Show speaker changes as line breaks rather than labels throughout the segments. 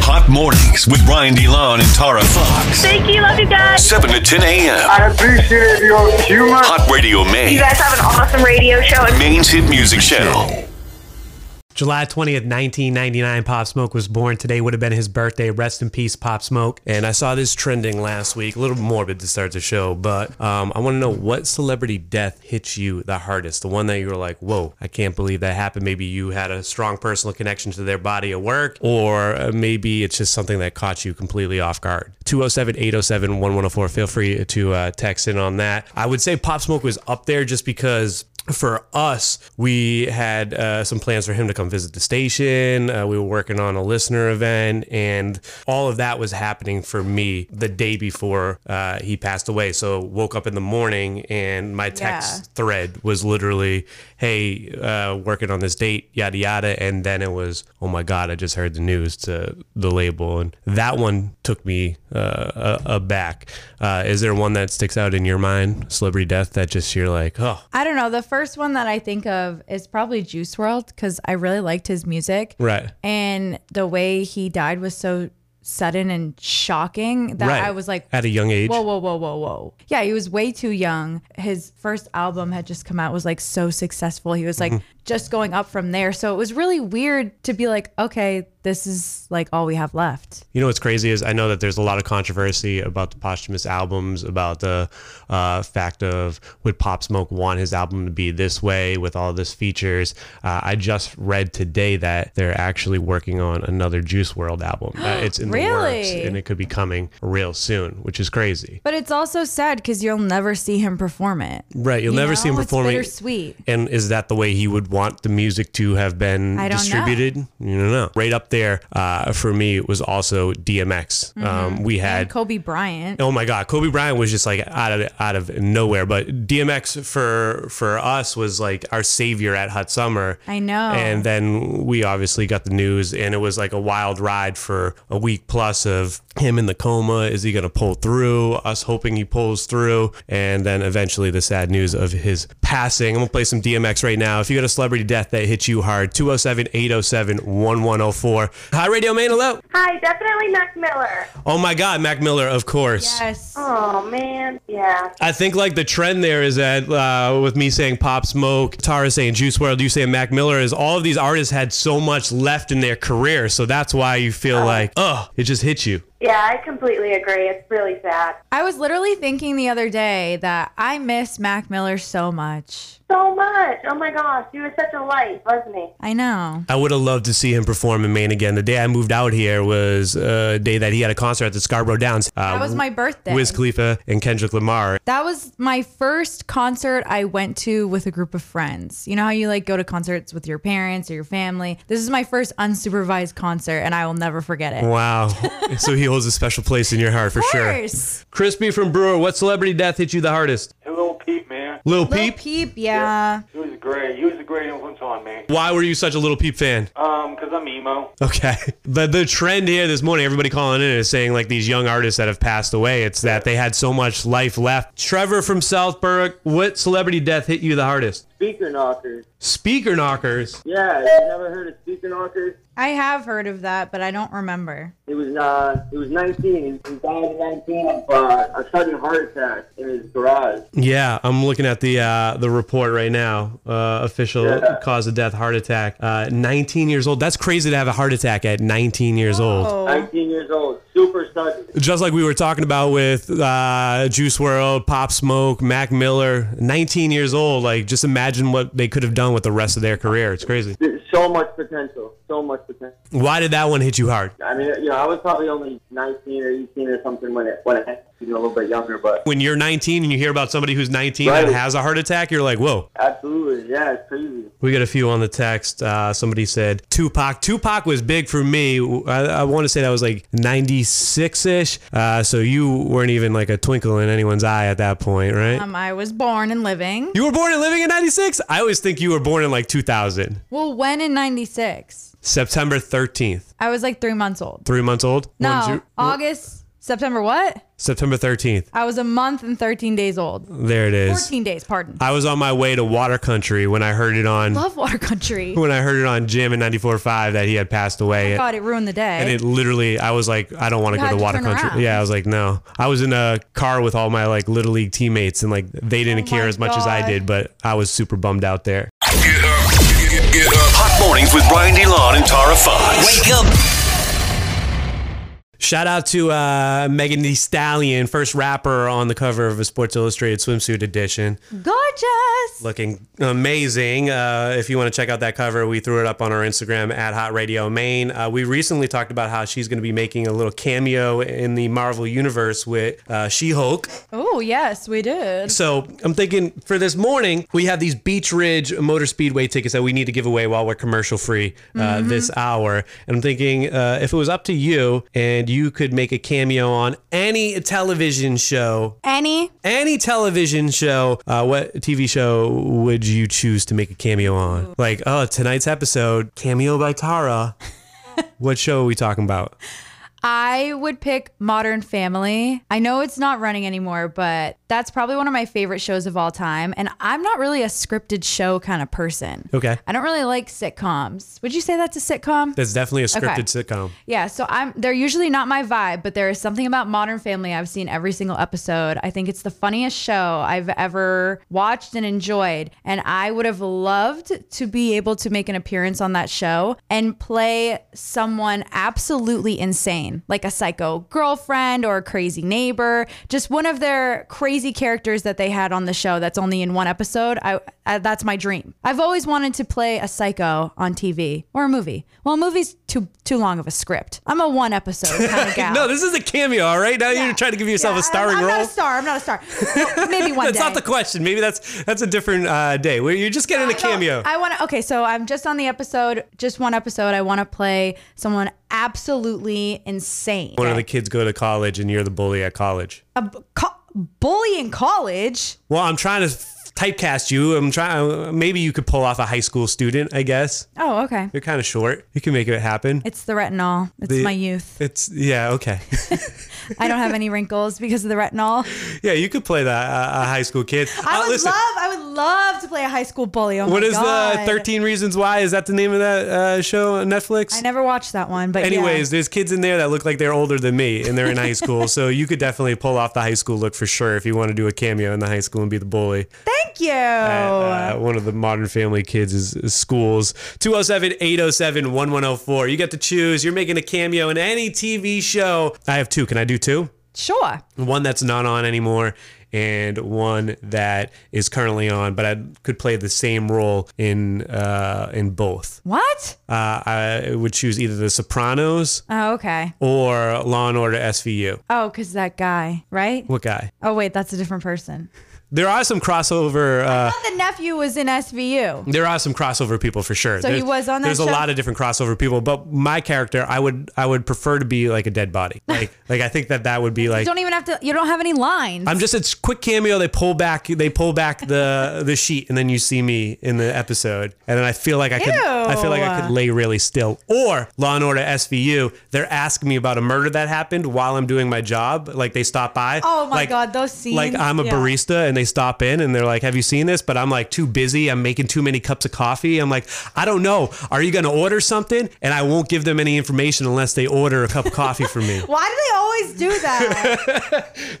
Hot Mornings with Ryan DeLon and Tara Fox.
Thank you. Love you guys.
7 to 10 a.m.
I appreciate your humor.
Hot Radio Maine.
You guys have an awesome radio show. And
Maine's hit music channel.
July 20th, 1999, Pop Smoke was born. Today would have been his birthday. Rest in peace, Pop Smoke.
And I saw this trending last week, a little morbid to start the show, but um, I want to know what celebrity death hit you the hardest? The one that you were like, whoa, I can't believe that happened. Maybe you had a strong personal connection to their body of work, or uh, maybe it's just something that caught you completely off guard. 207 807 1104. Feel free to uh, text in on that. I would say Pop Smoke was up there just because for us, we had uh, some plans for him to come visit the station. Uh, we were working on a listener event, and all of that was happening for me the day before uh, he passed away. So woke up in the morning, and my text thread was literally, "Hey, uh, working on this date, yada yada," and then it was, "Oh my God, I just heard the news to the label," and that one took me uh, a- aback. Uh, is there one that sticks out in your mind, celebrity death, that just you're like, "Oh."
I don't know. The first one that I think of is probably Juice World because I really liked his music.
Right.
And the way he died was so sudden and shocking that
Right.
I was like,
at a young age.
whoa, whoa, whoa, whoa, whoa. Yeah, he was way too young. His first album had just come out, was like so successful. He was like
Mm-hmm.
just going up from there. So it was really weird to be like, okay, this is like all we have left.
You know what's crazy is I know that there's a lot of controversy about the posthumous albums, about the uh, fact of would Pop Smoke want his album to be this way with all this features. Uh, I just read today that they're actually working on another Juice World album. Uh, it's in the works
Really?
and it could be coming real soon, which is crazy.
But it's also sad because you'll never see him perform it.
Right, you'll
You
never see him
know?
performing.
It's bittersweet.
And is that the way he would want the music to have been
I don't know.
distributed? You don't know. Right up there uh, for me was also DMX.
Mm-hmm.
Um, we
And
had
Kobe Bryant.
Oh my God, Kobe Bryant was just like out of out of nowhere. But DMX for for us was like our savior at Hot Summer.
I know.
And then we obviously got the news, and it was like a wild ride for a week plus of him in the coma. Is he going to pull through? Us hoping he pulls through, and then eventually the sad news of his passing. I'm gonna play some DMX right now. If you got a celebrity death that hits you hard, 207-807-1104. Hi, Radio Main. Hello.
Hi, definitely Mac Miller.
Oh my God, Mac Miller, of course.
Yes.
Oh man, yeah.
I think like the trend there is that uh, with me saying Pop Smoke, Tara saying Juice World, you saying Mac Miller, is all of these artists had so much left in their career, so that's why you
Uh-huh.
feel like, oh, it just hits you.
Yeah, I completely agree. It's really sad.
I was literally thinking the other day that I miss Mac Miller so much.
So much. Oh my gosh, he was such a light, wasn't he?
I know.
I would have loved to see him perform in Maine again. The day I moved out here was uh, a day that he had a concert at the Scarborough Downs. Uh,
That was my birthday.
Wiz Khalifa and Kendrick Lamar.
That was my first concert I went to with a group of friends. You know how you like go to concerts with your parents or your family? This is my first unsupervised concert and I will never forget it.
Wow. so he holds a special place in your heart for
Of
sure.
course.
Crispy from Brewer, what celebrity death hit you the hardest?
Hello, Pete, man.
Lil,
Little
Peep?
Peep, yeah.
He was great. He was a great influence on me.
Why were you such a Little Peep fan?
Um, cause I'm emo.
Okay. The the trend here this morning, everybody calling in is saying like these young artists that have passed away, it's that they had so much life left. Trevor from Southborough, what celebrity death hit you the hardest?
Speaker knockers.
Speaker knockers.
Yeah, you never heard of speaker knockers?
I have heard of that, but I don't remember.
He was uh, he was 19. He died at 19 of uh, a sudden heart attack in his garage.
Yeah, I'm looking at the uh, the report right now. Uh, official
Yeah.
cause of death, heart attack. Uh, 19 years old. That's crazy to have a heart attack at 19 years old.
Oh.
19 years old, super sudden.
just like we were talking about with uh, Juice World, Pop Smoke, Mac Miller, 19 years old. Like, just imagine what they could have done with the rest of their career. It's crazy.
There's so much potential, so much potential.
Why did that one hit you hard?
I mean, you know, I was probably only 19 or 18 or something when it when it happened, you know, a little bit younger, but
When you're 19 and you hear about somebody who's 19
Right.
that has a heart attack, you're like, whoa.
absolutely, yeah, it's crazy.
We got a few on the text. Uh, somebody said Tupac. Tupac was big for me. I, I want to say that was like 96 ish. Uh, so you weren't even like a twinkle in anyone's eye at that point, right?
Um, I was born and living.
you were born and living in 96? I always think you were born in like 2000.
Well, when in 96?
September 13th.
I was like three months old.
Three months old?
No,
One, two-
August September what?
September 13th.
I was a month and 13 days old.
There it is.
14 days, pardon.
I was on my way to Water Country when I heard it on
Love Water Country.
when I heard it on Jim in 94.5 that he had passed away.
God, it ruined the day.
and it literally, I was like, I don't want
You
to go
had
to
to
Water
turn
Country.
around.
Yeah, I was like, no. I was in a car with all my like little league teammates, and like they didn't
Oh
care
my
as much as I
God.
did, but I was super bummed out there.
Get up. Get, get up. Hot mornings with Brian DeLon and Tara Fox. Wake up.
Shout out to uh, Megan Thee Stallion, first rapper on the cover of a Sports Illustrated swimsuit edition.
Gorgeous.
looking amazing. Uh, if you want to check out that cover, we threw it up on our Instagram at Hot Radio Maine. Uh, we recently talked about how she's going to be making a little cameo in the Marvel Universe with uh, She Hulk.
Oh, yes, we did.
So I'm thinking for this morning, we have these Beach Ridge Motor Speedway tickets that we need to give away while we're commercial free uh, this hour. And I'm thinking uh, if it was up to you and you could make a cameo on any television show
Any?
any television show, uh, what TV show would you choose to make a cameo on? Like, oh, tonight's episode, cameo by Tara. what show are we talking about?
I would pick Modern Family. I know it's not running anymore, but that's probably one of my favorite shows of all time. And I'm not really a scripted show kind of person.
Okay.
I don't really like sitcoms. Would you say that's a sitcom?
That's definitely a scripted sitcom.
Yeah, so I'm they're usually not my vibe, but there is something about Modern Family I've seen every single episode. I think it's the funniest show I've ever watched and enjoyed, and I would have loved to be able to make an appearance on that show and play someone absolutely insane, like a psycho girlfriend or a crazy neighbor, just one of their crazy characters that they had on the show that's only in one episode. I, I that's my dream. I've always wanted to play a psycho on TV or a movie. Well, a movie's too too long of a script. I'm a one episode kind of gal.
No, this is a cameo, all right? Now you're trying to give yourself
Yeah,
a starring
I'm, I'm
role.
not a star. I'm not a star. Well, Maybe one
that's
day.
not the question. Maybe that's that's a different uh, day where you're just getting a cameo.
I want to. Okay, so I'm just on the episode, just one episode. I want to play someone absolutely insane.
One of the kids go to college and you're the bully at college.
a b- co- bully in college.
Well, I'm trying to typecast you. I'm trying. uh, Maybe you could pull off a high school student. I guess
Oh, okay.
you're kind of short. You can make it happen.
It's the retinol. It's
The-
my youth.
It's yeah okay.
I don't have any wrinkles because of the
Uh,
retinol.
Yeah, you could play that uh, a high school kid.
I
Uh,
would love, I would love to play a high school bully. Oh my
what is the
God.
13 Reasons Why? Is that the name of that uh, show on Netflix?
I never watched that one, but yeah.
Anyways, there's kids in there that look like they're older than me and they're in high school. So you could definitely pull off the high school look for sure if you want to do a cameo in the high school and be the bully.
thank you.
at, uh, one of the modern family kids is, is schools 207-807-1104 you get to choose you're making a cameo in any tv show i have two can i do two
sure.
one that's not on anymore and one that is currently on but i could play the same role in uh in both
What?
uh i would choose either the sopranos
Oh, okay.
or law and order svu
Oh, because that guy, right?
what guy
Oh, wait, that's a different person.
there are some crossover uh
Not the nephew was in SVU.
there are some crossover people for sure.
So he was on that
There's a
show?
lot of different crossover people, but my character, I would, I would prefer to be like a dead body. Like, like I think that that would be
You
like
don't even have to. You don't have any lines.
I'm just a quick cameo. They pull back. They pull back the the sheet, and then you see me in the episode. And then I feel like I could. I feel like I could
Ew.
lay really still. Or Law and Order SVU. They're asking me about a murder that happened while I'm doing my job. Like they stop by.
Oh my
Like-
God, those scenes,
Like I'm a
yeah.
barista, and they stop in, and they're like, "Have you seen this?" But I'm like too busy. I'm making too many cups of coffee. I'm like, I don't know. Are you gonna order something? And I won't give them any information unless they order a cup of coffee for me.
Why do they always do that?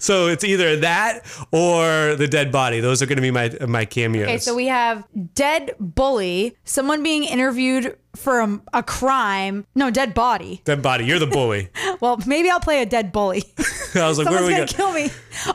So it's either that or the dead body. Those are going to be my my cameos.
okay, so we have dead bully, someone being interviewed for a, a crime. No, dead body.
dead body. You're the bully.
Well, maybe I'll play a dead bully.
I was like, where are
Someone's
we
gonna
going?
kill me.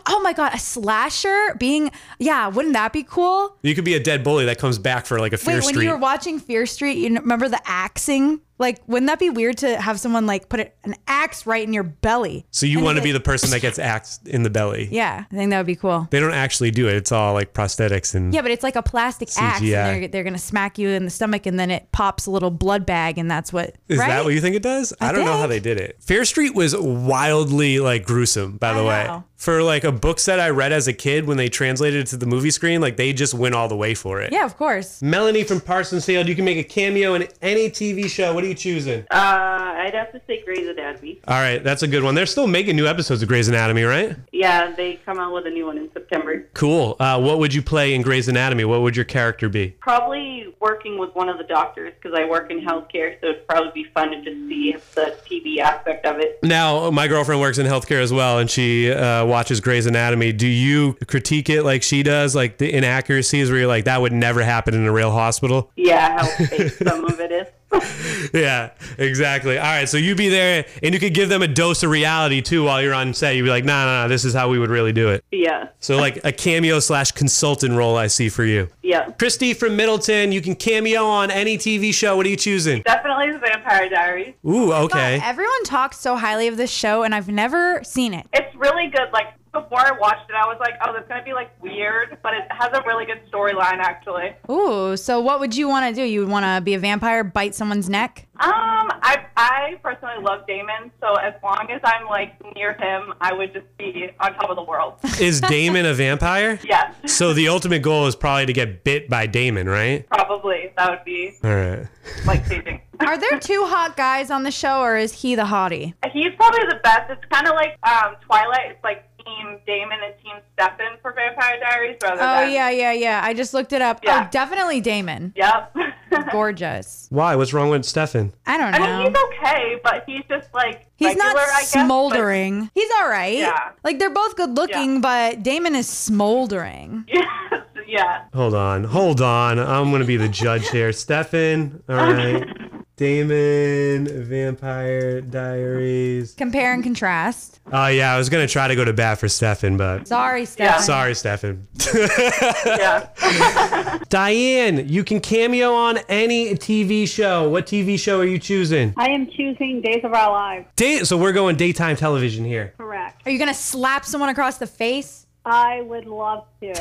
Oh my god, a slasher being yeah, wouldn't that be cool?
you could be a dead bully that comes back for like a
Wait,
Fear
when
Street.
you were watching Fear Street, you kn- remember the axing? Like, wouldn't that be weird to have someone like put it, an axe right in your belly?
so you
And
want to
it-
be the person that gets axed in the belly.
Yeah, I think that would be cool.
They don't actually do it. It's all like prosthetics and
Yeah, but it's like a plastic axe, and
CGI.
they're, they're gonna smack you in the stomach, and then it pops a little blood bag, and that's what.
Is
right?
that what you think it does? I, don't know how
think.
they did it. Fear Street was wildly like gruesome, by the
I
way.
know.
For like a book that I read as a kid when they translated it to the movie screen, like they just went all the way for it.
Yeah, of course.
Melanie from Parsons Field, you can make a cameo in any TV show. What are you choosing?
Uh, I'd have to say Grey's Anatomy.
All right, that's a good one. They're still making new episodes of Grey's Anatomy, right?
Yeah, they come out with a new one in September.
Cool. Uh, what would you play in Grey's Anatomy? What would your character be?
Probably working with one of the doctors because I work in healthcare, so it'd probably be fun to just see the TV aspect of it.
Now, my girlfriend works in healthcare as well, and she uh, watches Grey's Anatomy. Do you critique it like she does, like the inaccuracies where you're like, that would never happen in a real hospital?
Yeah, how fake some of it is.
yeah, exactly. All right, so you be there, and you could give them a dose of reality too while you're on set. You'd be like, no, no, no, this is how we would really do it.
yeah,
So like a cameo slash consultant role, I see for you.
yeah.
Christy from Middleton, you can cameo on any TV show. What are you choosing?
Definitely the Vampire Diaries.
Ooh, okay.
But everyone talks so highly of this show, and I've never seen it.
It's really good. Like, before I watched it, I was like, oh, that's going to be, like, weird, but it has a really good storyline, actually.
Ooh, so what would you want to do? You would want to be a vampire, bite someone's neck?
Um, I I personally love Damon, so as long as I'm like near him, I would just be on top of the world.
Is Damon a vampire?
Yes,
So the ultimate goal is probably to get bit by Damon, right?
probably that would be
All right.
like saving.
Are there two hot guys on the show, or is he the hottie?
He's probably the best. It's kind of like um Twilight. It's like Team Damon and Team Stefan for Vampire Diaries, rather
Oh,
than
yeah, yeah, yeah. I just looked it up.
Yeah.
Oh, definitely Damon.
Yep.
Gorgeous.
Why? What's wrong with Stefan?
I don't know.
I mean, he's okay, but he's just like
He's
regular,
not
I guess, but-
smoldering. He's all right.
Yeah.
Like they're both good looking, but Damon is smoldering.
Yes, yeah.
Hold on. Hold on. I'm going to be the judge here. Stefan. All right. Damon, Vampire Diaries.
Compare and contrast.
Oh, yeah. I was going to try to go to bat for Stefan, but.
Sorry, Stefan.
Sorry, Stefan.
Yeah.
Diane, you can cameo on any TV show. What TV show are you choosing?
I am choosing Days of Our Lives.
Day- so we're going daytime television here.
Correct.
Are you gonna slap someone across the face?
I would love to.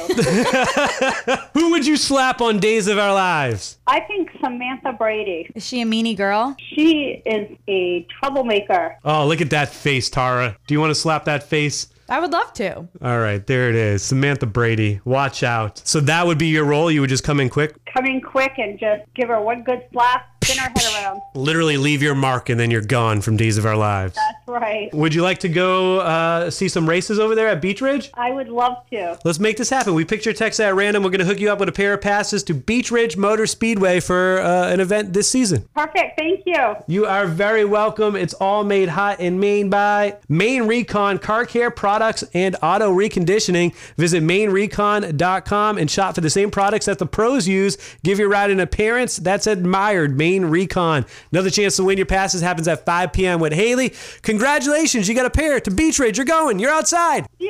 Who would you slap on Days of Our Lives?
I think Samantha Brady.
Is she a meanie girl?
She is a troublemaker.
Oh, look at that face, Tara. Do you want to slap that face?
I would love to.
All right, there it is. Samantha Brady. Watch out. So that would be your role. You would just come in quick,
Come in quick and just give her one good slap, spin her head around.
literally leave your mark, and then you're gone from Days of Our Lives.
That's right.
Would you like to go uh, see some races over there at Beach Ridge?
I would love to.
Let's make this happen. We picked your text at random. We're going to hook you up with a pair of passes to Beach Ridge Motor Speedway for uh, an event this season.
Perfect. Thank you.
You are very welcome. It's all made hot in Maine by Maine Recon Car Care Products and Auto Reconditioning. Visit MaineRecon.com and shop for the same products that the pros use. Give your ride an appearance that's admired. Maine Recon. Another chance to win your passes happens at 5 p.m. with Haley. Congratulations, you got a pair to Beach Ridge. You're going. You're outside.
Yay.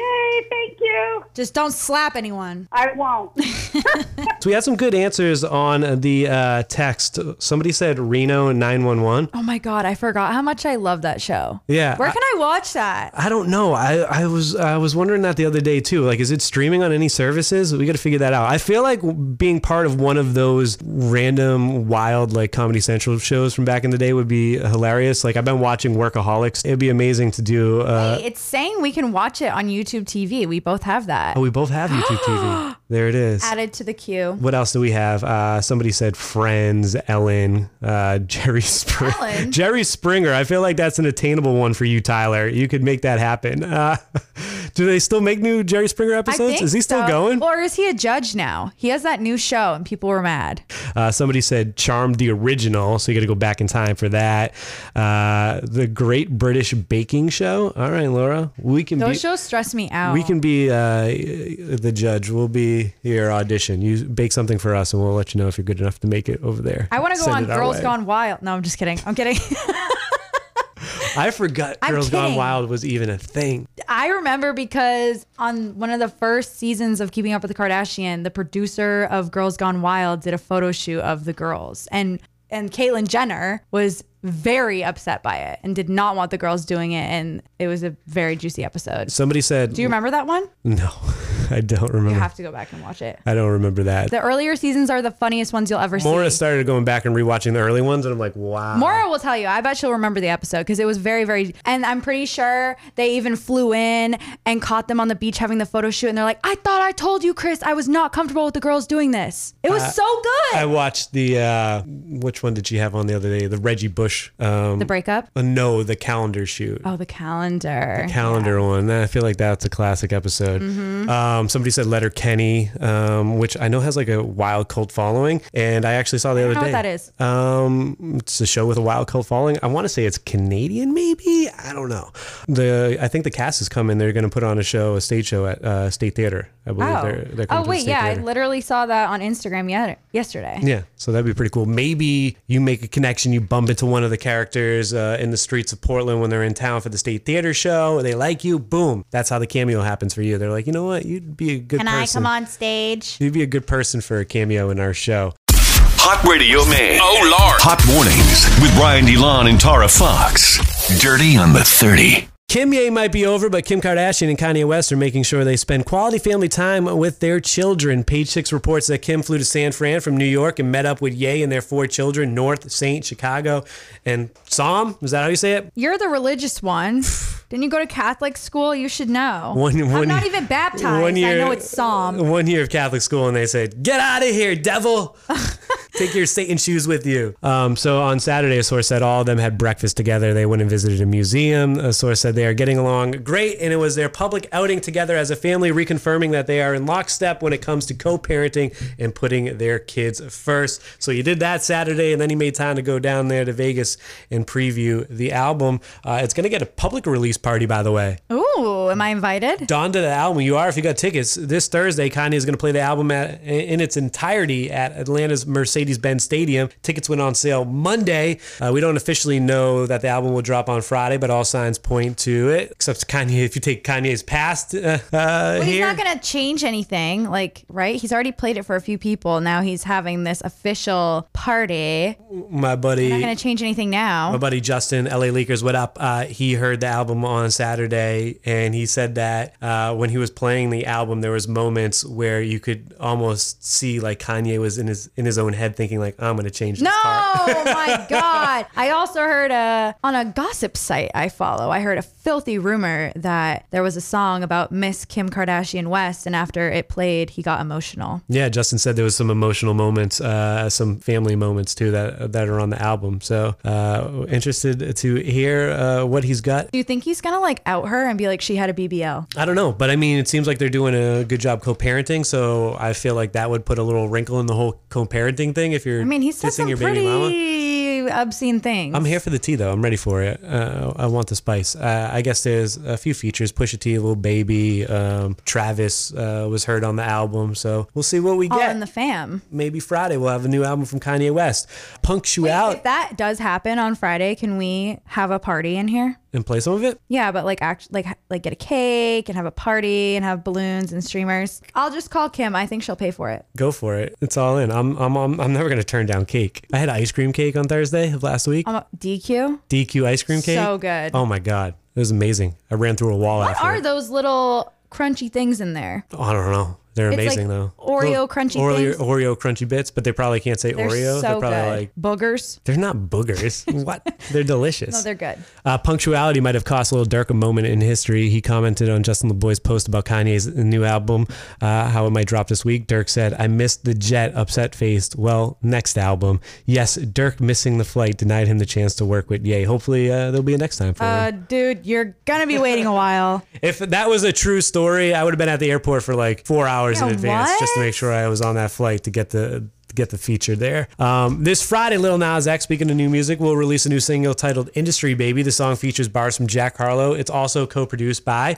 Thank you.
Just don't slap anyone.
I won't.
So we had some good answers on the uh, text. Somebody said Reno 911.
Oh my god, I forgot how much I love that show.
Yeah,
Where
I-
can I watch that?
I don't know. I, I was I was wondering that the other day too. Like, is it streaming on any services? We got to figure that out. I feel like being part of one of those random wild like Comedy Central shows from back in the day would be hilarious. Like, I've been watching Workaholics. It'd be amazing to do. Uh,
It's saying we can watch it on YouTube TV. We both have that.
oh, we both have YouTube TV. There it is.
Added to the queue.
What else do we have? Uh, somebody said Friends, Ellen, uh, Jerry Springer.
Ellen?
Jerry Springer. I feel like that's an attainable one for you, Tyler. You could make that happen. Uh, do they still make new Jerry Springer
I
episodes?
think
Is he still
so.
going?
Or is he a judge now? He has that new show and people were mad.
Uh, somebody said Charmed the original, so you got to go back in time for that. Uh, the Great British Baking Show. All right, Laura, we can
Those
be.
shows stress me out.
We can be uh, the judge. We'll be your audition. You bake something for us, and we'll let you know if you're good enough to make it over there.
I want to go
Send
on
it our
Girls
way.
Gone Wild. No, I'm just kidding. I'm kidding.
I forgot
I'm
Girls Gone
kidding.
Wild was even a thing.
I remember because on one of the first seasons of Keeping Up with the Kardashian, the producer of Girls Gone Wild did a photo shoot of the girls, and and Caitlyn Jenner was very upset by it and did not want the girls doing it, and it was a very juicy episode.
Somebody said,
Do you remember that one?
no. I don't remember.
You have to go back and watch it.
I don't remember that.
The earlier seasons are the funniest ones you'll ever
Maura
see.
started going back and rewatching the early ones, and I'm like, wow.
Maura will tell you. I bet she'll remember the episode because it was very, very. And I'm pretty sure they even flew in and caught them on the beach having the photo shoot. And they're like, I thought I told you, Chris, I was not comfortable with the girls doing this. It was so good.
Uh, I watched the uh, which one did she have on the other day? The Reggie Bush. Um,
the breakup?
uh, no, the calendar shoot.
Oh, the calendar.
Calendar one. I feel like that's a classic episode.
Mm-hmm.
Um, somebody said Letter Kenny, um, which I know has like a wild cult following, and I actually saw the
I
other
don't know
day.
what that is.
Um, it's a show with a wild cult following. I want to say it's Canadian, maybe. I don't know. The I think the cast has come in. They're going to put on a show, a stage show at uh, State Theater. I believe
Oh.
they're, they're coming
oh
to the
wait,
State
yeah, I
Theater.
literally saw that on Instagram yet- yesterday.
Yeah, so that'd be pretty cool. Maybe you make a connection, you bump into one of the characters uh, in the streets of Portland when they're in town for the state theater show. They like you, boom. That's how the cameo happens for you. They're like, you know what? You'd be a good.
Can I
person.
come on stage?
You'd be a good person for a cameo in our show.
Hot Radio Man. Oh, Lord. Hot Mornings with Brian DeLon and Tara Fox. Dirty on the 30.
Kim Ye might be over, but Kim Kardashian and Kanye West are making sure they spend quality family time with their children. Page Six reports that Kim flew to San Fran from New York and met up with Ye and their four children, North, Saint, Chicago, and Psalm. Is that how you say it?
You're the religious one. Didn't you go to Catholic school? You should know.
One- one-
I'm not even baptized.
one year-
I know it's Psalm.
one year of Catholic school and they said, Get out of here, devil. Take your Satan shoes with you. Um, so on Saturday, a source said all of them had breakfast together. They went and visited a museum. A source said they are getting along great, and it was their public outing together as a family, reconfirming that they are in lockstep when it comes to co parenting and putting their kids first. So you did that Saturday, and then you made time to go down there to Vegas and preview the album. Uh, it's going to get a public release party, by the way.
Ooh, am I invited?
Don to the album. You are if you got tickets. This Thursday, Kanye is going to play the album at, in its entirety at Atlanta's Mercedes-Benz Stadium. Tickets went on sale Monday. Uh, we don't officially know that the album will drop on Friday, but all signs point to it. Except Kanye, if you take Kanye's past uh, uh,
But he's
here,
not going to change anything, like, right? He's already played it for a few people. Now he's having this official party.
my buddy.
Not going to change anything now.
My buddy Justin, LA Leakers, what up? Uh, he heard the album on Saturday, and he said that uh, when he was playing the album, there was moments where you could almost see like Kanye was in his in his own head thinking like, "I'm gonna change this
No, Oh
part."
my God. I also heard a, on a gossip site I follow, I heard a filthy rumor that there was a song about Miss Kim Kardashian West, and after it played, he got emotional.
Yeah, Justin said there was some emotional moments, uh, some family moments too that that are on the album. So uh, interested to hear uh, what he's got.
Do you think he's going to like out her and be like, she had a BBL?
I don't know, but I mean, it seems like they're doing a good job co-parenting. So I feel like that would put a little wrinkle in the whole co-parenting thing. If you're,
I mean, he said
dissing
some
your baby mama.
pretty obscene things.
I'm here for the tea though. I'm ready for it. Uh, I want the spice. Uh, I guess there's a few features: Pusha T, Little Baby, um, Travis uh, was heard on the album. So we'll see what we
All
get.
in Oh, the fam.
Maybe Friday we'll have a new album from Kanye West. Punctuality
If that does happen on Friday, can we have a party in here?
and play some of it.
Yeah, but like act like like get a cake and have a party and have balloons and streamers. I'll just call Kim. I think she'll pay for it.
Go for it. It's all in. I'm I'm I'm, I'm never gonna turn down cake. I had ice cream cake on Thursday of last week.
Um, DQ.
DQ ice cream cake.
So good.
Oh my god, it was amazing. I ran through a wall
What
after.
are
it.
those little crunchy things in there?
I don't know. They're
It's
amazing
like
though.
Oreo
Little
crunchy
Oreo,
things.
Oreo crunchy bits, but they probably can't say
They're
Oreo.
so
they're probably
good.
like
boogers.
They're not boogers. what? They're delicious.
No, they're good.
uh, punctuality might have cost Lil Durk a moment in history. He commented on Justin LeBoy's post about Kanye's new album, uh, how it might drop this week. Dirk said, I missed the jet, upset faced. Well, next album. Yes, Dirk missing the flight denied him the chance to work with Ye. Hopefully, uh, there'll be a next time for him.
Uh, dude, you're gonna be waiting a while.
If that was a true story, I would have been at the airport for like four hours in
Yeah,
advance just to
what?
make sure I was on that flight to get the to get the feature there. Um, this Friday, Lil Nas X, speaking of new music, will release a new single titled "Industry Baby." The song features bars from Jack Harlow. It's also co-produced by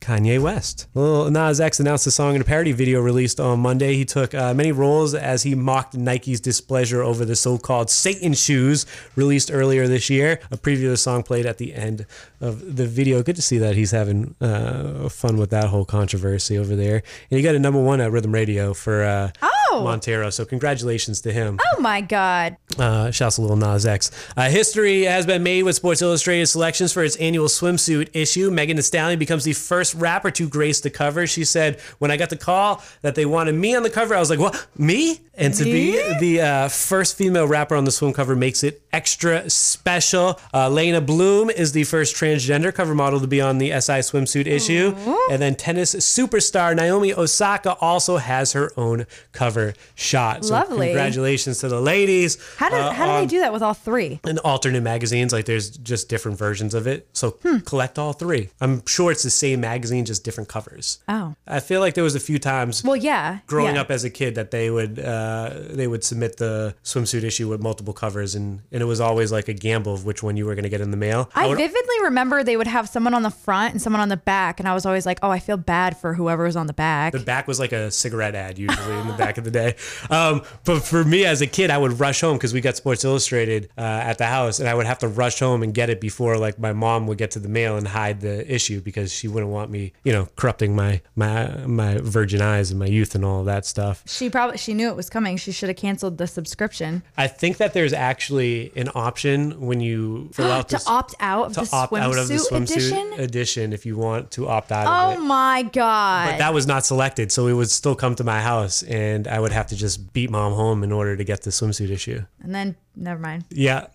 Kanye West. Lil Nas X announced the song in a parody video released on Monday. He took uh, many roles as he mocked Nike's displeasure over the so-called Satan shoes released earlier this year. A preview of the song played at the end of the video. Good to see that he's having uh, fun with that whole controversy over there. And he got a number one at Rhythm Radio for uh,
Oh.
Montero. So congratulations to him.
Oh my God.
Uh, shouts to Lil Nas X. Uh, history has been made with Sports Illustrated selections for its annual swimsuit issue. Megan Thee Stallion becomes the first rapper to grace the cover. She said, "When I got the call that they wanted me on the cover, I was like, what? Me?" And to be the uh, first female rapper on the swim cover makes it extra special. Uh, Lena Bloom is the first transgender cover model to be on the SI swimsuit issue, and then tennis superstar Naomi Osaka also has her own cover shot. So
Lovely.
Congratulations to the ladies
How did
uh,
how do they
on-
do that with all three?
in alternate magazines, like there's just different versions of it. So
Hmm.
collect all three. I'm sure it's the same magazine, just different covers.
Oh.
I feel like there was a few times
Well, yeah.
growing
yeah.
up as a kid that they would uh, they would submit the swimsuit issue with multiple covers, and and it was always like a gamble of which one you were going to get in the mail.
I
would-
vividly remember they would have someone on the front and someone on the back, and I was always like, "Oh, I feel bad for whoever was on the back."
The back was like a cigarette ad usually in the back of the day. Um, but for me as a kid, I would rush home because we got Sports Illustrated uh, at the house, and I would have to rush home and get it before like my mom would get to the mail and hide the issue because she wouldn't want me, you know, corrupting my my my virgin eyes and my youth and all that stuff.
she probably she knew it was coming. She should have canceled the subscription
I think that there's actually an option when you fill out
to
this.
opt out of,
to
the,
opt
swimsuit
out of the swimsuit
edition.
edition if you want to opt out of it.
oh my god!
But that was not selected, so it would still come to my house, and I would have to just beat mom home in order to get the swimsuit issue.
and then never mind.
Yeah.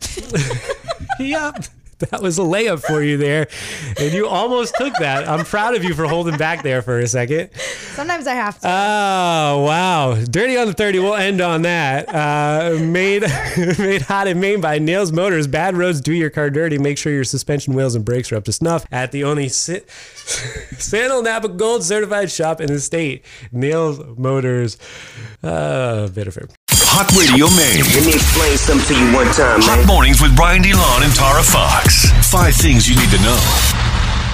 yep. That was a layup for you there, and you almost took that. I'm proud of you for holding back there for a second.
Sometimes I have to.
Oh wow, dirty on the thirty. We'll end on that. Uh, made made hot in Maine by Nails Motors. Bad roads do your car dirty. Make sure your suspension, wheels, and brakes are up to snuff. At the only si- Sandal Napa Gold certified shop in the state, Nails Motors. Uh, Bitterford.
Hot Radio Maine.
Let me explain something to you one time, man.
Hot mornings with Brian DeLon and Tara Fox. Five things you need to know.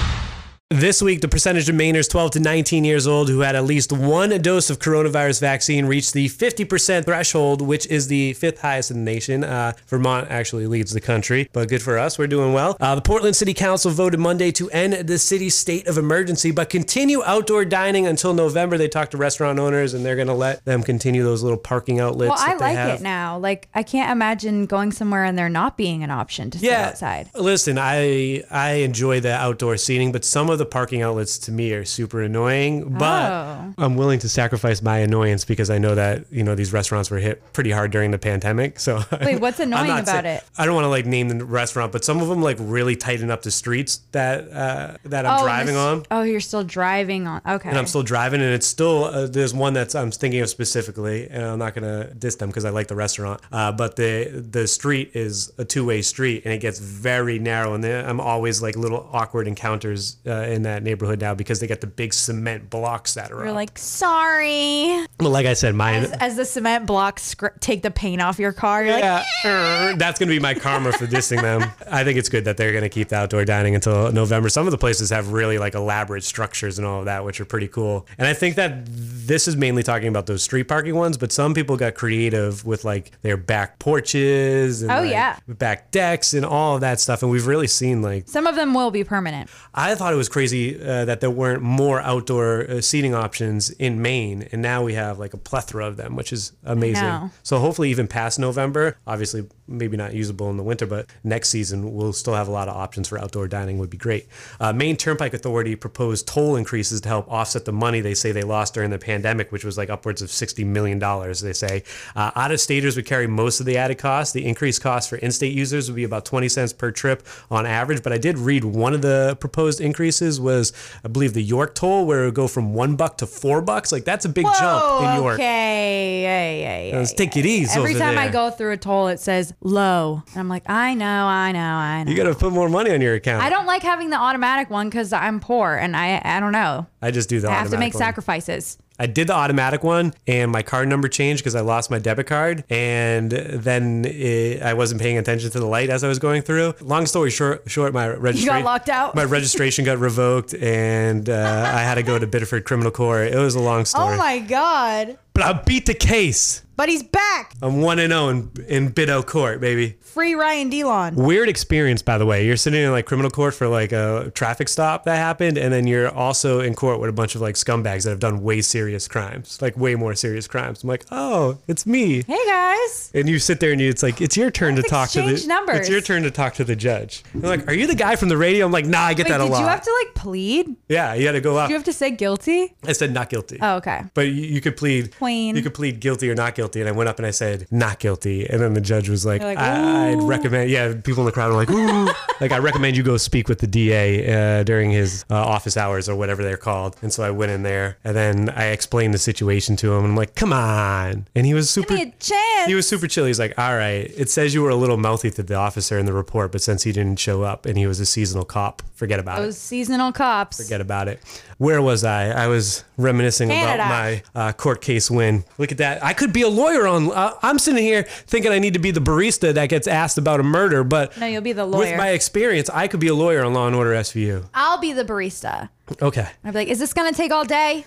This week, the percentage of Mainers 12 to 19 years old who had at least one dose of coronavirus vaccine reached the 50% threshold, which is the fifth highest in the nation. Uh, Vermont actually leads the country, but good for us. We're doing well. Uh, the Portland City Council voted Monday to end the city's state of emergency, but continue outdoor dining until November. They talked to restaurant owners, and they're going to let them continue those little parking outlets.
well, I
that they
like
have.
it now. Like I can't imagine going somewhere and there not being an option to sit outside.
Listen, I I enjoy the outdoor seating, but some of the parking outlets to me are super annoying. But
Oh.
I'm willing to sacrifice my annoyance because I know that you know these restaurants were hit pretty hard during the pandemic. So
Wait, what's
I'm
annoying
not
about
saying-
it?
I don't want to like name the restaurant, but some of them like really tighten up the streets that uh, that I'm
oh,
driving
this-
on.
Oh, you're still driving on. Okay.
And I'm still driving, and it's still uh, there's one that's I'm thinking of specifically, and I'm not gonna diss them because I like the restaurant. Uh, but the the street is a two way street, and it gets very narrow, and there- I'm always like little awkward encounters uh, in that neighborhood now because they got the big cement blocks that are
You're
up.
like sorry.
Well, like I said, mine.
As the cement blocks scr- take the paint off your car, you're like,
Yeah, er, that's going to be my karma for dissing them. I think it's good that they're going to keep the outdoor dining until November. Some of the places have really like elaborate structures and all of that, which are pretty cool. And I think that this is mainly talking about those street parking ones, but some people got creative with like their back porches and
Oh,
like,
yeah.
back decks and all of that stuff. And we've really seen like
some of them will be permanent.
I thought it was crazy uh, that there weren't more outdoor uh, seating options in Maine, and now we have like a plethora of them, which is amazing.
know.
So hopefully, even past November, obviously maybe not usable in the winter, but next season we'll still have a lot of options for outdoor dining. Would be great. Uh, Maine Turnpike Authority proposed toll increases to help offset the money they say they lost during the pandemic, which was like upwards of sixty million dollars. They say uh, out of staters would carry most of the added costs. The increased cost for in-state users would be about twenty cents per trip on average. But I did read one of the proposed increases was, I believe, the York toll, where it would go from one buck to four bucks. Like that's a big jump in York.
okay. Yeah, yeah, yeah.
Let's take it easy.
Every
over
time I
there.
go through a toll, it says low. And I'm like, I know, I know, I know.
You gotta put more money on your account.
I don't like having the automatic one because I'm poor and I, I don't know.
I just do the
I have
automatic
to make
one.
sacrifices.
I did the automatic one, and my card number changed because I lost my debit card, and then it, I wasn't paying attention to the light as I was going through. Long story short, short my registration
locked out?
My registration got revoked, and uh, I had to go to Biddeford Criminal Court. It was a long story.
Oh God.
But But I beat the case.
But he's back.
I'm 1 and 0 in, in Biddo Court, baby.
Free Ryan DeLon.
Weird experience, by the way. You're sitting in like criminal court for like a traffic stop that happened, and then you're also in court with a bunch of like scumbags that have done way serious crimes, like way more serious crimes. I'm like, oh, it's me.
Hey guys.
And you sit there and you, it's like it's your turn to
Let's
talk to the
exchange numbers.
it's your turn to talk to the judge. They're like, are you the guy from the radio? I'm like, nah, I get
Wait,
that
did
a lot.
you have to like plead? Did
yeah, you had to go up.
you have to say guilty?
I said not guilty.
Oh, okay.
But you, you could plead
Queen.
You could plead guilty or not guilty. And I went up and I said not guilty. And then the judge was like,
You're like,
I, would
"Ooh."
recommend. Yeah, people in the crowd were like, Ooh. like I recommend you go speak with the DA uh, during his uh, office hours or whatever they're called. And so I went in there and then I explained the situation to him. I'm like, come on. And he was super.
Give me a chance.
He was super chill. He's like, all right, it says you were a little mouthy to the officer in the report, but since he didn't show up and he was a seasonal cop, forget about it
Those seasonal cops.
forget about it. Where was I? I was reminiscing
Canada.
about my uh, court case win. Look at that. I could be a lawyer on. Uh, I'm sitting here thinking I need to be the barista that gets asked about a murder, but
No, you'll be the
with
lawyer.
my experience, I could be a lawyer on Law and Order SVU.
I'll be the barista.
Okay.
I'd be like, is this gonna take all day?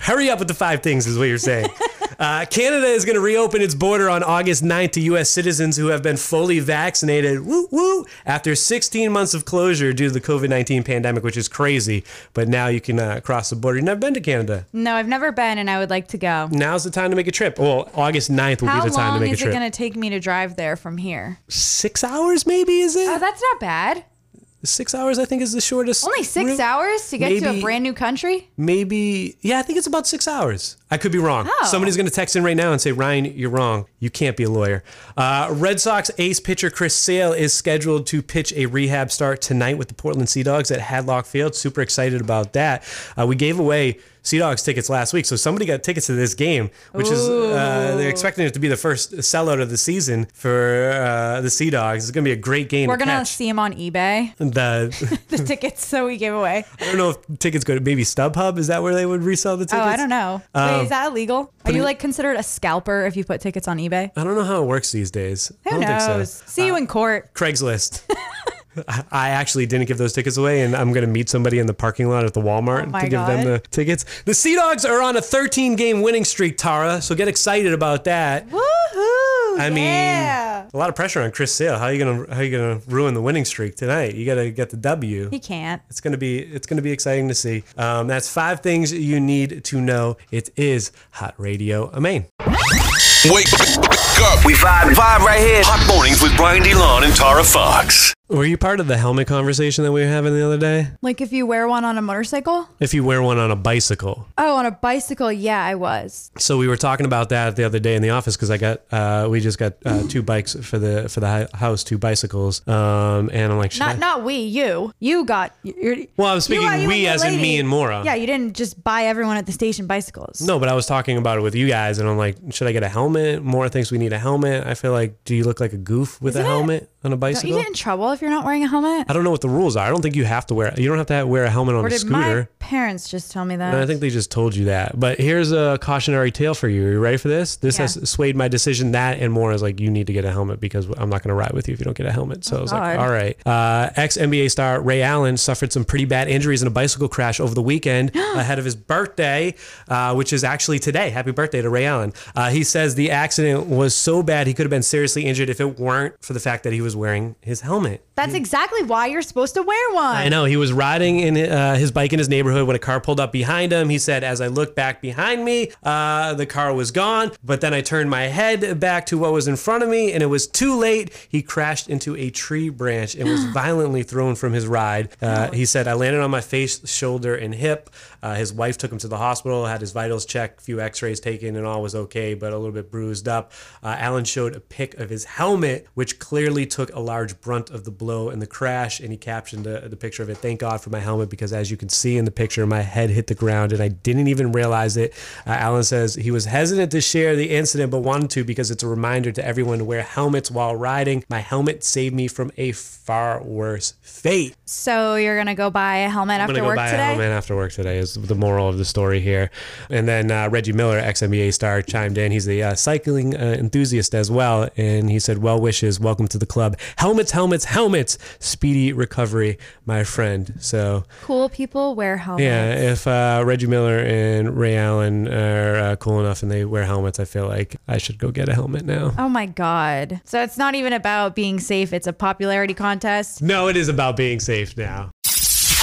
Hurry up with the five things, is what you're saying. Uh, Canada is going to reopen its border on August 9th to U.S. citizens who have been fully vaccinated. Woo woo! After 16 months of closure due to the COVID 19 pandemic, which is crazy, but now you can uh, cross the border. You've never been to Canada.
No, I've never been, and I would like to go.
Now's the time to make a trip. Well, August 9th will
How
be the time to
long
make a
is it
trip.
gonna take me to drive there from here?
Six hours, maybe, is it?
Oh, that's not bad.
six hours, I think, is the shortest.
Only six
route.
hours to get to
Maybe-
a brand new country.
Maybe, yeah, I think it's about six hours. I could be wrong.
Oh.
Somebody's going to text in right now and say, Ryan, you're wrong. You can't be a lawyer. Uh, Red Sox ace pitcher Chris Sale is scheduled to pitch a rehab start tonight with the Portland Sea Dogs at Hadlock Field. Super excited about that. Uh, we gave away Sea Dogs tickets last week, so somebody got tickets to this game, which is uh, they're expecting it to be the first sellout of the season for uh, the Sea Dogs. It's going to be a great game.
We're
to
gonna
catch.
see him on eBay.
the.
the tickets that we give away.
I don't know if tickets go to maybe StubHub. Is that where they would resell the
Oh,
tickets?
I don't know. Um, Wait, is that illegal? Are you like considered a scalper if you put tickets on eBay?
I don't know how it works these days. I
Who
don't think
knows?
so.
See you in court.
Craigslist. I- I actually didn't give those tickets away, and I'm going to meet somebody in the parking lot at the Walmart
Oh my
to give them
God.
the tickets. The Sea Dogs are on a 13 game winning streak, Tara, so get excited about that.
Woohoo!
I
yeah.
mean, a lot of pressure on Chris Sale. How you gonna how you gonna ruin the winning streak tonight? You got to get the W.
he can't.
It's gonna be it's gonna be exciting to see. Um, that's five things you need to know. It is Hot Radio Maine.
Wake up.
We vibe, vibe right here.
Hot mornings with Brian DeLon and Tara Fox.
Were you part of the helmet conversation that we were having the other day?
Like if you wear one on a motorcycle?
If you wear one on a bicycle.
Oh, on a bicycle? Yeah, I was.
So we were talking about that the other day in the office because I got uh, we just got uh, two bikes for the for the hi- house, two bicycles, um, and I'm like, should I-
Not not we, you. You got you're,
well, I was
you
speaking
got- you
we
and the
as in me
lady.
and Mora.
Yeah, you didn't just buy everyone at the station bicycles.
No, but I was talking about it with you guys, and I'm like, should I get a helmet? Mora thinks we need a helmet. I feel like, do you look like a goof with a
Isn't it-
helmet on a
Don't
bicycle?
you get in trouble if you're not wearing a helmet?
I don't know what the rules are. I don't think you have to wear. You don't have to wear a helmet on
Or
a
did
scooter.
my parents just tell me that?
And I think they just told you that. But here's a cautionary tale for you. Are you ready for this? This
Yeah.
has swayed my decision. That and more is like, you need to get a helmet because I'm not going to ride with you if you don't get a helmet. So I was like,
God.
all right. Uh, Ex NBA star Ray Allen suffered some pretty bad injuries in a bicycle crash over the weekend ahead of his birthday, uh, which is actually today. Happy birthday to Ray Allen. Uh, he says the accident was so bad he could have been seriously injured if it weren't for the fact that he was wearing his helmet.
That's exactly why you're supposed to wear one.
I know he was riding in uh, his bike in his neighborhood when a car pulled up behind him. He said, "As I looked back behind me, uh, the car was gone. But then I turned my head back to what was in front of me, and it was too late. He crashed into a tree branch and was violently thrown from his ride. Uh, he said, "I landed on my face, shoulder, and hip. Uh, his wife took him to the hospital, had his vitals checked, few X-rays taken, and all was okay, but a little bit bruised up. Uh, Allen showed a pic of his helmet, which clearly took a large brunt of the blow in the crash, and he captioned the, the picture of it. Thank God for my helmet because, as you can see in the picture, my head hit the ground and I didn't even realize it. Uh, Allen says he was hesitant to share the incident, but wanted to because it's a reminder to everyone to wear helmets while riding. My helmet saved me from a far worse fate.
So you're gonna go buy a helmet
I'm
after
gonna go
work
buy a
today?
helmet after work today is the moral of the story here. And then uh, Reggie Miller, ex NBA star, chimed in. He's a uh, cycling uh, enthusiast as well, and he said, "Well wishes, welcome to the club. Helmets, helmets, helmets. Speedy recovery, my friend." So
Cool people wear helmets.
Yeah, if uh, Reggie Miller and Ray Allen are uh, cool enough and they wear helmets, I feel like I should go get a helmet now.
Oh my God. So it's not even about being safe. It's a popularity contest.
No, it is about being safe now.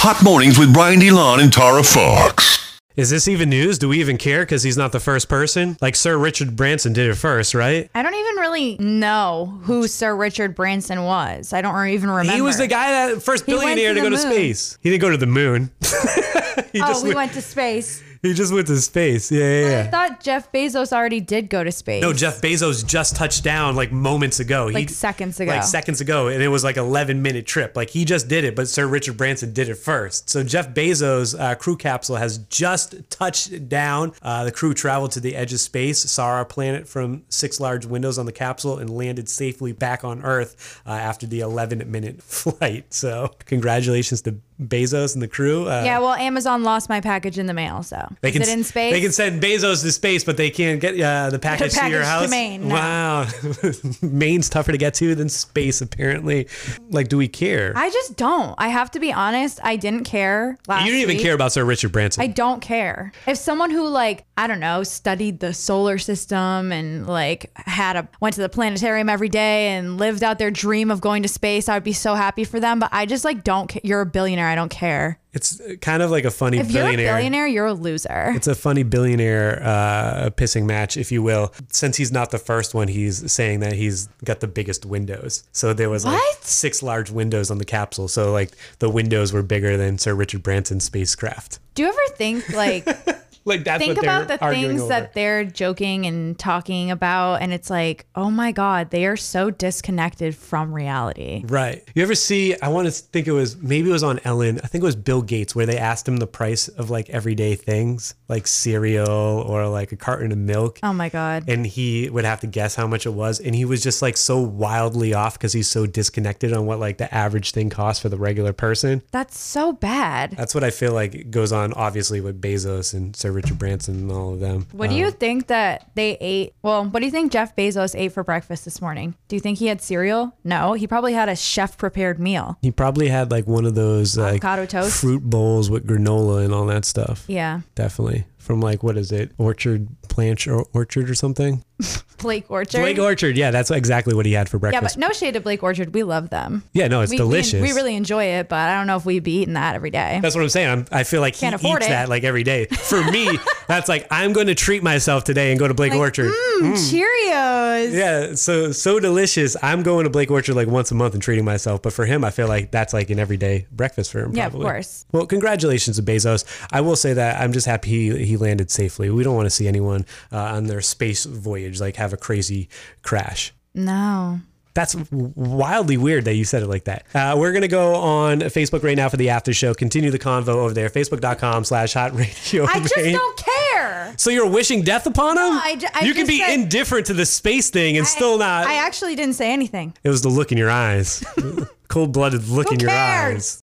Hot mornings with Brian DeLon and Tara Fox.
Is this even news? Do we even care? Because he's not the first person. Like Sir Richard Branson did it first, right?
I don't even really know who Sir Richard Branson was. I don't even remember.
He was the guy that first
He went
billionaire to, go
to the
to
moon.
space. He didn't go to the moon. he
Oh,
just
we
went,
went to space.
He just went to space. Yeah, yeah.
I
yeah.
thought Jeff Bezos already did go to space.
No, Jeff Bezos just touched down like moments ago.
Like seconds ago.
Like seconds ago. And it was like 11 minute trip. Like he just did it, but Sir Richard Branson did it first. So Jeff Bezos' uh, crew capsule has just touched down. Uh, the crew traveled to the edge of space, saw our planet from six large windows on the capsule, and landed safely back on Earth uh, after the 11 minute flight. So congratulations to Bezos and the crew. Uh,
Yeah, well, Amazon lost my package in the mail, so
They can,
is it in space?
They can send Bezos to space, but they can't get uh, the package, to
package
your
to
house.
Maine, no.
Wow, Maine's tougher to get to than space, apparently. Like, do we care?
I just don't. I have to be honest. I didn't care last.
you don't even
week.
care about Sir Richard Branson.
I don't care. If someone who like I don't know studied the solar system and like had a went to the planetarium every day and lived out their dream of going to space, I would be so happy for them. But I just like don't. Ca- you're a billionaire. I don't care.
it's kind of like a funny
If you're a
billionaire.
billionaire, you're a loser.
It's a funny billionaire uh, pissing match, if you will. Since he's not the first one, he's saying that he's got the biggest windows. So there was like
What?
six large windows on the capsule. So like the windows were bigger than Sir Richard Branson's spacecraft.
Do you ever think like
Like that's
think
what they're
about the
arguing
things
over.
that they're joking and talking about and it's like oh my god they are so disconnected from reality
Right. You ever see? I want to think it was maybe it was on Ellen. I think it was Bill Gates where they asked him the price of like everyday things like cereal or like a carton of milk.
oh my god
And he would have to guess how much it was. And he was just like so wildly off because he's so disconnected on what like the average thing costs for the regular person.
that's so bad
That's what I feel like goes on, obviously, with Bezos and Sir Richard Branson and all of them.
what do you think that they ate well what do you think jeff bezos ate for breakfast this morning do you think he had cereal no he probably had a chef prepared meal
He probably had like one of those like
Avocado toast?
fruit bowls with granola and all that stuff.
yeah
Definitely. From like what is it? Orchard Planch or Orchard or something?
blake orchard
Blake Orchard. Yeah, that's exactly what he had for
yeah
breakfast.
but no shade to blake orchard we love them
Yeah, no, it's
we, we-
delicious.
we really enjoy it but i don't know if we'd be eating that every day
that's what I'm saying. I'm, I feel like he
Can't
eats
afford it.
that like every day. For me, that's like I'm going to treat myself today and go to Blake Orchard.
mm. cheerios
Mm. Yeah, so so delicious. I'm going to Blake Orchard like once a month and treating myself. But for him, I feel like that's like an everyday breakfast for him.
Yeah, of
probably.
course.
Well, congratulations to Bezos. I will say that I'm just happy he, he landed safely. We don't want to see anyone uh, on their space voyage like have a crazy crash.
no
That's wildly weird that you said it like that. Uh, we're going to go on Facebook right now for the after show. Continue the convo over there. Facebook.com slash hot radio.
I just
Maine.
don't care.
So you're wishing death upon him?
I ju- I
you can
just
be
said-
indifferent to the space thing and still not.
I actually didn't say anything.
it was the look in your eyes. Cold blooded look in your
cares?
eyes.